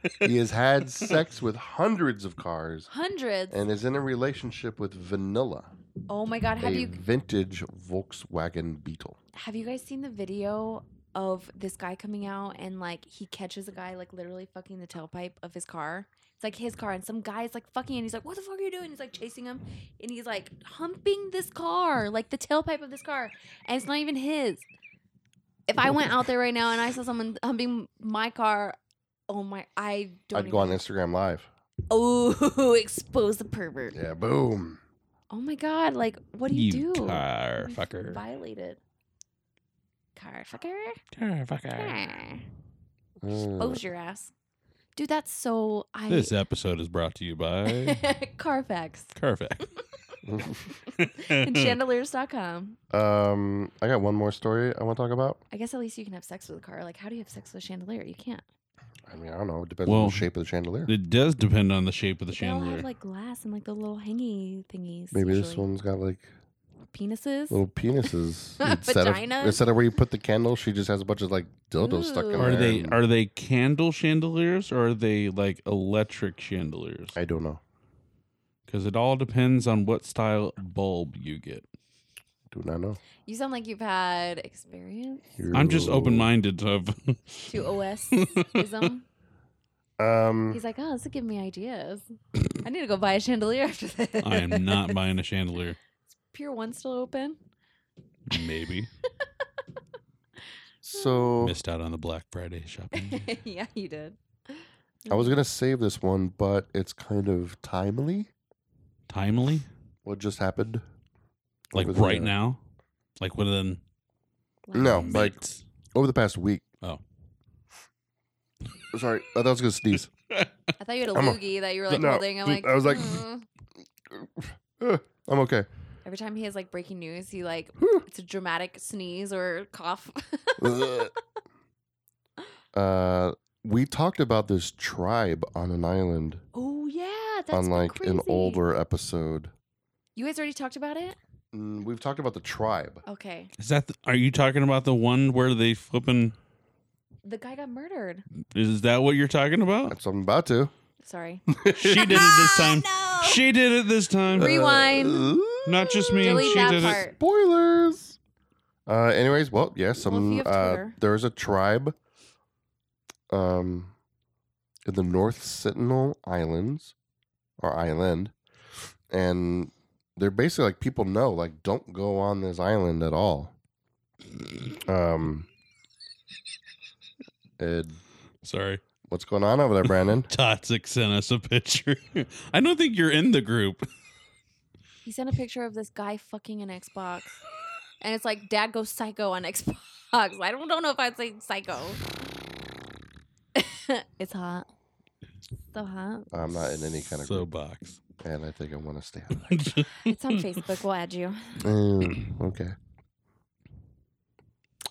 S3: (laughs)
S1: sex. he has had sex with hundreds of cars
S2: Hundreds.
S1: and is in a relationship with Vanilla,
S2: oh my god,
S1: a
S2: have you
S1: vintage Volkswagen Beetle.
S2: have you guys seen the video of this guy coming out and like he catches a guy like literally fucking the tailpipe of his car? It's like his car, and some guy's like fucking, and he's like, "What the fuck are you doing?" He's like chasing him, and he's like humping this car, like the tailpipe of this car, and it's not even his. If I went out there right now and I saw someone humping my car, oh my, I don't.
S1: I'd go on Instagram Live.
S2: Oh, (laughs) expose the pervert.
S1: Yeah, boom.
S2: Oh my god, like what do you, do?
S3: car
S2: You
S3: fucker.
S2: Violated. Car fucker.
S3: Car fucker.
S2: Car.
S1: Uh,
S2: Expose your ass. Dude, that's so I (laughs)
S3: This episode is brought to you by (laughs)
S2: Carfax.
S3: Carfax.
S2: And
S3: (laughs)
S2: chandeliers.com.
S1: um, I got one more story I want to talk about.
S2: I guess at least you can have sex with a car. Like, how do you have sex with a chandelier? You can't.
S1: I mean, I don't know. It depends on
S3: Well,
S1: the shape of the chandelier.
S3: it does depend on the shape of the
S2: They all
S3: chandelier.
S2: have like glass and like the little hangy thingies.
S1: Maybe this
S2: usually.
S1: one's got like
S2: Penises.
S1: little penises
S2: (laughs) Vaginas?
S1: of instead of where you put the candle. She just has a bunch of like dildos stuck in
S2: Ooh.
S3: are
S1: there.
S3: they
S1: and-
S3: are they candle chandeliers or are they like electric chandeliers?
S1: I don't know.
S3: Because it all depends on what style bulb you get.
S1: Do not know.
S2: You sound like you've had experience
S3: I'm just
S1: You-
S3: open minded of
S2: (laughs) to OSism.
S1: Um,
S2: He's like, oh, this would give me ideas. I need to go buy a chandelier after this.
S3: (laughs) I
S2: (laughs)
S3: am not buying a chandelier.
S2: Pier One still open? (laughs)
S3: Maybe.
S2: "Hmm."
S1: so
S3: Missed out on the Black Friday
S2: (laughs)
S3: shopping.
S2: yeah, you did.
S1: I was gonna save this one, but it's kind of timely.
S3: Timely?
S1: What just happened?
S3: Like
S1: over the-
S3: right now? Like within
S1: No, like-
S3: minutes?
S1: Over the past week.
S3: Oh.
S1: Sorry, I thought I was gonna sneeze.
S2: I thought you had a
S1: I'm a-
S2: loogie that you were like
S1: No,
S2: holding. I'm
S1: dude,
S2: like,
S1: I was like-
S2: "Mm."
S1: I'm okay.
S2: every time he has like breaking news, he like
S1: Whew.
S2: it's a dramatic sneeze or cough. (laughs)
S1: uh, we talked about this tribe on an island
S2: oh yeah, that's
S1: on like an older episode.
S2: You guys already talked about it.
S1: Mm, we've talked about the tribe.
S2: Okay,
S3: Is that the, are you talking about the one where they flipping
S2: the guy got murdered.
S3: is that what you're talking about?
S1: That's what I'm about to.
S2: Sorry.
S3: (laughs) She did it this
S2: (laughs)
S3: time.
S2: no.
S3: She did it this
S1: Uh,
S3: time.
S2: Rewind.
S3: Not just me.
S2: Delete
S3: she
S2: that
S3: did
S2: part.
S1: Spoilers. Uh, anyways, well, yeah,
S2: Well, if you
S1: some
S2: have
S1: uh,
S2: Twitter.
S1: there's a tribe, um, in the North Sentinel Islands, or island, and they're basically like people know, like, don't go on this island at all. Um, Ed,
S3: it. Sorry.
S1: what's going on over there, Brandon?
S3: Toxic sent us a picture. (laughs) I don't think you're in the group.
S2: He sent a picture of this guy fucking an Xbox, and it's like, "Dad goes psycho on Xbox." I don't, don't know if I'd say psycho. (laughs) it's hot, so hot.
S1: I'm not in any kind of
S3: so
S1: group, (laughs)
S3: box.
S1: and I think I want to stay out of
S2: It's
S3: Hmm.
S2: on Facebook. We'll add you. (laughs)
S1: that.
S3: (clears throat)
S1: Um, okay.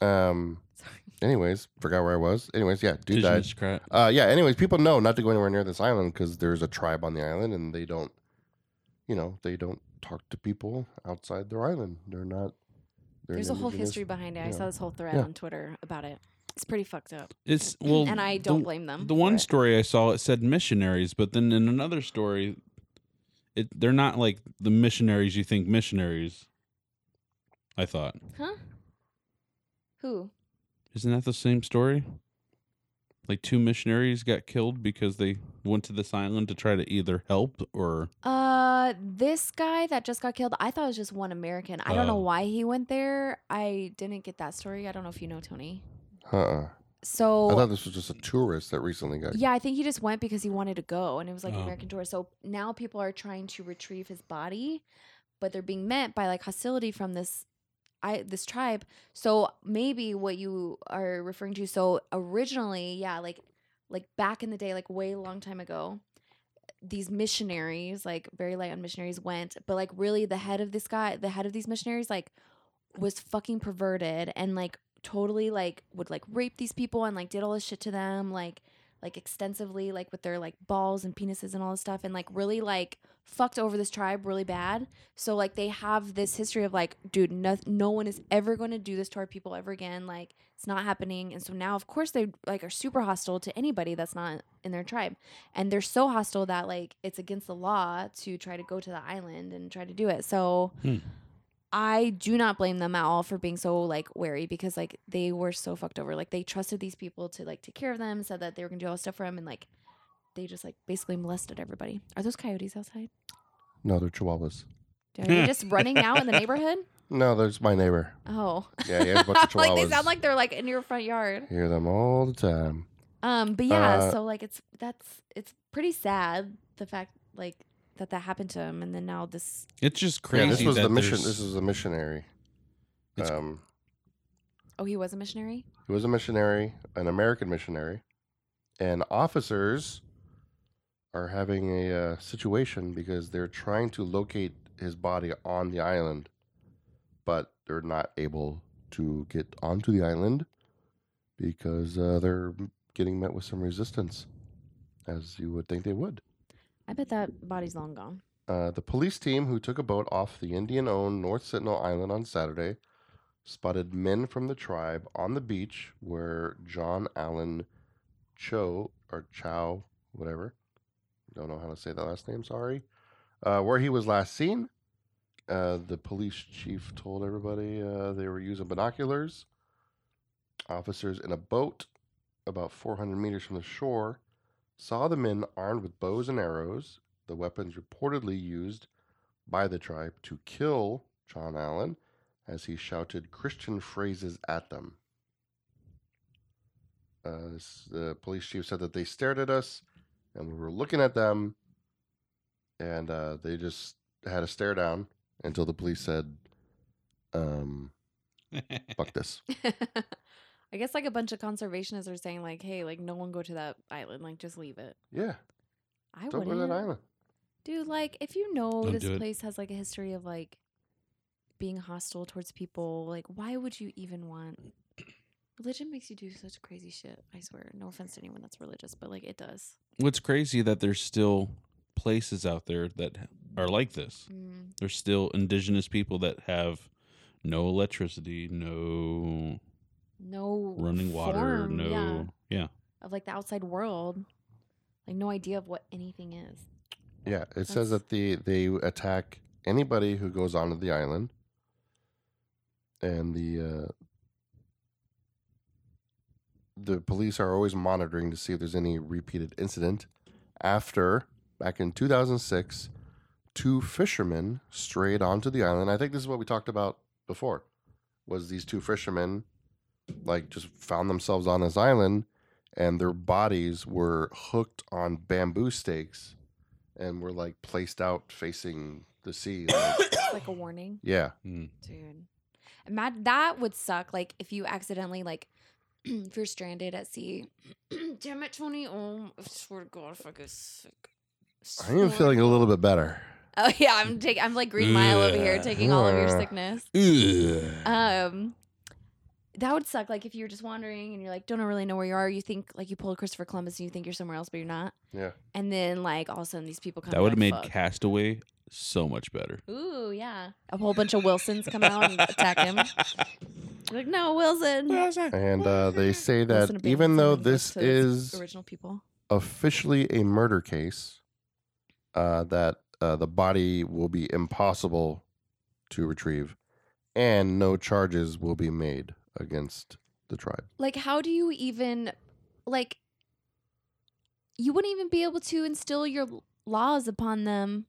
S1: Um.
S2: Sorry.
S1: Anyways, forgot where I was. Anyways, yeah, dude died.
S3: Jesus Christ.
S1: Uh, yeah. Anyways, people know not to go anywhere near this island because there's a tribe on the island, and they don't, you know, they don't talk to people outside their island. They're not. they're
S2: There's a
S1: an
S2: whole
S1: indigenous-
S2: history behind it. I
S1: yeah.
S2: saw this whole thread
S1: Yeah.
S2: on Twitter about it. It's pretty fucked up,
S3: It's well,
S2: (clears throat) and I don't
S3: the-
S2: blame them.
S3: The one
S2: for it.
S3: story I saw it said missionaries, but then in another story, it they're not like the missionaries you think missionaries. I thought,
S2: huh? Who?
S3: isn't that the same story? Like two missionaries got killed because they went to this island to try to either help or
S2: Uh, this guy that just got killed. I thought it was just one American. I don't know
S3: Oh.
S2: why he went there. I didn't get that story. I don't know if you know Tony.
S1: Uh-uh.
S2: So
S1: I thought this was just a tourist that recently got.
S2: Oh. Yeah, I think he just went because he wanted to go, and it was like
S3: Oh.
S2: American tour. So now people are trying to retrieve his body, but they're being met by like hostility from this, I this tribe. So maybe what you are referring to. So originally, yeah, like like back in the day, like way long time ago, these missionaries, like very light on missionaries, went, but like really the head of this guy, the head of these missionaries, like was fucking perverted and like totally like would like rape these people and like did all this shit to them, like like extensively, like with their like balls and penises and all this stuff, and like really like fucked over this tribe really bad. So like they have this history of like, dude, no, no one is ever going to do this to our people ever again. Like it's not happening. And so now, of course, they like are super hostile to anybody that's not in their tribe, and they're so hostile that like it's against the law to try to go to the island and try to do it. So.
S3: Hmm.
S2: I do not blame them at all for being so like wary because like they were so fucked over. Like they trusted these people to like take care of them, said that they were gonna do all this stuff for them, and like they just like basically molested everybody. Are those coyotes outside?
S1: No, they're chihuahuas.
S2: Are they just running out in the neighborhood?
S1: No, there's my neighbor.
S2: Oh.
S1: Yeah, he has a bunch of
S2: (laughs) like they
S1: chihuahuas.
S2: sound like they're like in your front yard.
S1: Hear them all the time.
S2: Um, but yeah,
S1: Uh,
S2: so like it's that's it's pretty sad the fact like that that happened to him, and then now this
S3: It's just crazy.
S1: yeah, this was
S3: that
S1: the mission.
S3: there's-
S1: This was a missionary.
S3: It's-
S1: Um,
S2: oh he was a missionary.
S1: he was a missionary, an American missionary, and officers are having a uh, situation because they're trying to locate his body on the island, but they're not able to get onto the island because uh, they're getting met with some resistance, as you would think they would.
S2: I bet that body's long gone.
S1: Uh, the police team who took a boat off the Indian owned North Sentinel Island on Saturday spotted men from the tribe on the beach where John Allen Cho or Chow, whatever, don't know how to say that last name, sorry, uh, where he was last seen. Uh, the police chief told everybody uh, they were using binoculars. Officers in a boat about 400 meters from the shore saw the men armed with bows and arrows the weapons reportedly used by the tribe to kill John Allen as he shouted Christian phrases at them. Uh, s- the police chief said that they stared at us and we were looking at them and uh, they just had a stare down until the police said, um,
S3: (laughs)
S1: fuck this.
S2: I guess like a bunch of conservationists are saying like, hey, like no one go to that island, like just leave it.
S1: Yeah,
S2: I
S1: don't go to
S2: wouldn't.
S1: that island.
S2: Dude, like if you know
S3: Don't
S2: this
S3: do it.
S2: place has like a history of like being hostile towards people, like why would you even want religion makes you do such crazy shit, I swear. No offense to anyone that's religious, but like it does.
S3: What's crazy that there's still places out there that are like this.
S2: Mm.
S3: There's still indigenous people that have no electricity, no
S2: No
S3: running water,
S2: form, yeah,
S3: no yeah.
S2: of like the outside world. Like no idea of what anything is.
S1: Yeah, it says
S2: That's-
S1: that the they attack anybody who goes onto the island, and the uh, the police are always monitoring to see if there's any repeated incident. After back in 2006, two fishermen strayed onto the island. I think this is what we talked about before. Was these two fishermen like just found themselves on this island, and their bodies were hooked on bamboo stakes and were like placed out facing the sea. Like,
S2: (coughs)
S1: (coughs)
S2: It's like a warning.
S1: yeah,
S2: Dude. Mad that would suck. Like if you accidentally like (clears throat) if you're stranded at sea. (clears throat) Damn it, Tony. Oh I swear to God, fucking sick.
S1: I am
S2: Swear-
S1: feeling a little bit better.
S2: (laughs) Oh yeah, I'm taking I'm like Green Mile over here
S3: Ugh.
S2: taking all of
S1: (laughs)
S2: your
S1: Ugh.
S2: sickness.
S3: Ugh.
S2: Um that would suck. Like if you're just wandering and you're like don't really know where you are, you think like you pulled Christopher Columbus and you think you're somewhere else, but you're not.
S1: Yeah.
S2: And then like all of a sudden these people come.
S3: that would have
S2: like,
S3: made
S2: "Fuck."
S3: Castaway so much better.
S2: Ooh yeah, a whole bunch of Wilsons come out
S1: (laughs)
S2: and attack
S3: (laughs)
S2: him. You're like no Wilson.
S1: And uh, they say that
S2: Wilson abandoned
S1: even though
S2: somebody
S1: this
S2: to its
S1: is
S2: original people.
S1: officially a murder case, uh, that uh, the body will be impossible to retrieve, and no charges will be made against the tribe.
S2: Like, how do you even, like, you wouldn't even be able to instill your l- laws upon them.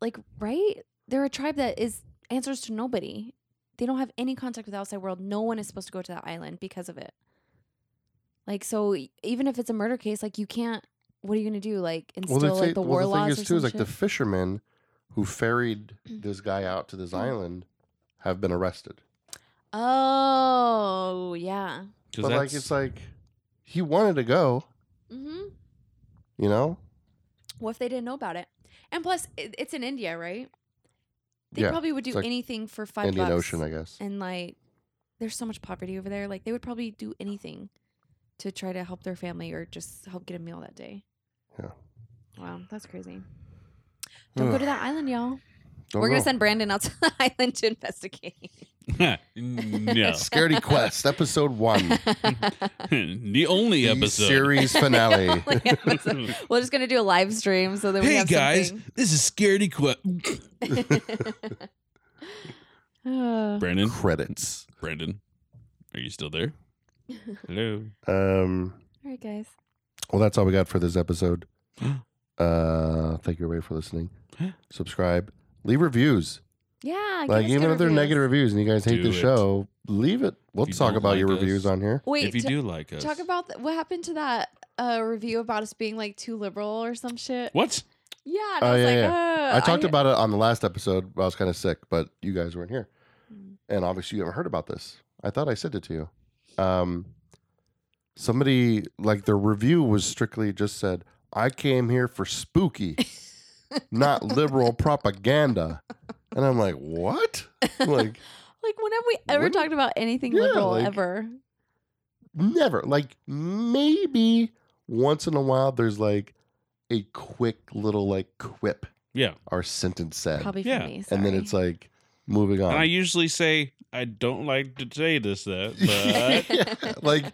S2: Like, right? They're a tribe that is answers to nobody. They don't have any contact with the outside world. No one is supposed to go to that island because of it. Like, so e- even if it's a murder case, like, you can't. What are you gonna do? Like, instill like the war laws or
S1: is
S2: some
S1: like the
S2: shit? Mm.
S1: fishermen who ferried this guy out to this island have been arrested.
S2: oh yeah.
S1: But like, it's like he wanted to go,
S2: Mm-hmm.
S1: you know?
S2: What if they didn't know about it? And plus, i- it's in India, right? They
S1: Yeah,
S2: probably would do
S1: it's like
S2: anything for five
S1: Indian
S2: bucks.
S1: Ocean, I guess.
S2: and like, there's so much poverty over there. Like, they would probably do anything to try to help their family or just help get a meal that day.
S1: Yeah.
S2: Wow, that's crazy. Don't go to that island, y'all.
S1: Don't
S2: We're gonna
S1: know.
S2: send Brandon out to the (laughs) island to investigate.
S3: (laughs) no.
S2: (laughs)
S1: Scaredy Quest, episode one.
S3: (laughs) the only
S1: the
S2: (laughs)
S3: episode.
S1: series Mm. finale.
S2: Like, episode- We're just gonna do a live stream so that we
S3: hey
S2: have
S3: guys,
S2: something.
S3: this is Scaredy Quest.
S2: (laughs) (sighs) Uh,
S3: Brandon,
S1: Credits.
S3: Brandon, are you still there? Hello.
S1: Um,
S2: all right, guys.
S1: well, that's all we got for this
S3: (gasps)
S1: episode. uh, thank you everybody for listening. Subscribe. Leave reviews.
S2: Yeah. give
S1: like
S2: us
S1: even
S2: good
S1: if they're
S2: reviews.
S1: negative reviews and you guys hate
S3: Do
S1: the
S3: it.
S1: show, leave it. We'll
S3: If you
S1: talk
S3: don't
S1: about your
S3: like
S1: reviews
S3: us-
S1: on here.
S2: Wait,
S3: if you
S2: t-
S3: do like us,
S2: talk about th- what happened to that uh, review about us being like too liberal or some shit.
S3: what?
S2: Yeah. and
S1: Oh,
S2: I was
S1: yeah,
S2: like,
S1: I
S2: uh,
S1: talked
S2: hear-
S1: about it on the last episode. but I was kind of sick, but you guys weren't here,
S2: Mm.
S1: and obviously you haven't heard about this. I thought I sent it to you. Um, somebody like the review was strictly just said, "I came here for spooky, not liberal propaganda," and I'm like, "What?
S2: (laughs)
S1: Like
S2: Like, when have we ever
S1: Wouldn't-
S2: talked about anything
S1: Yeah,
S2: liberal
S1: like-
S2: ever?
S1: never? Like maybe once in a while there's like a quick little like quip
S3: Yeah.
S1: or sentence said,
S2: Probably for
S3: yeah.
S2: me. Sorry.
S1: and then it's like moving on."
S3: And I usually say I don't like to say
S1: (laughs)
S3: this that, but
S1: Yeah,
S2: (laughs)
S1: like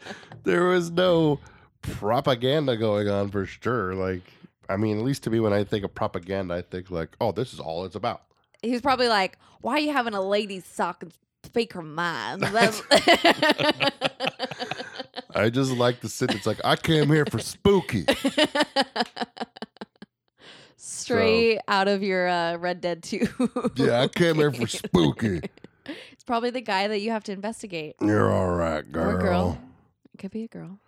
S1: there was no propaganda going on for sure. Like, I mean, at least to me, when I think of propaganda, I think like, oh, this is all it's about.
S2: he was probably like, "Why are you having a lady sock and speak
S1: (laughs)
S2: her mind?" That's- (laughs)
S1: I just like the sentence like, I came here for spooky.
S2: Straight out of your uh, Red Dead Two.
S1: Yeah, I came here
S2: (laughs)
S1: for spooky.
S2: It's probably the guy that you have to investigate.
S1: You're all right,
S2: Or
S1: girl.
S2: a girl. It could be a girl.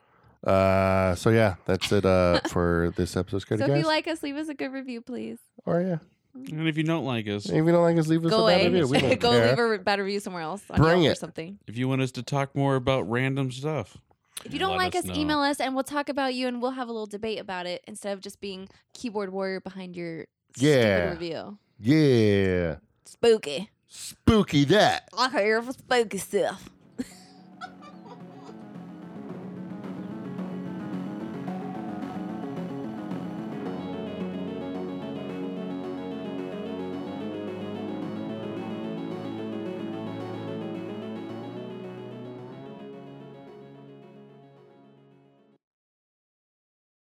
S1: Uh, so yeah, that's it uh for this episode. Scared
S2: so if
S1: guys.
S2: you like us, leave us a good review, please.
S1: or yeah,
S3: and if you don't like us,
S1: if you don't like us, leave us
S2: Go
S1: a bad
S2: away.
S1: review.
S2: (laughs)
S1: We don't
S2: Go
S1: care.
S2: leave a re- bad review somewhere else. On
S1: Bring
S2: Yelp Or
S1: it.
S2: something.
S3: if you want us to talk more about random stuff,
S2: If you don't
S3: let
S2: like us,
S3: know.
S2: email us and we'll talk about you and we'll have a little debate about it instead of just being keyboard warrior behind your
S1: Yeah.
S2: stupid review.
S1: yeah,
S2: Spooky.
S1: spooky that.
S2: I hear for spooky stuff.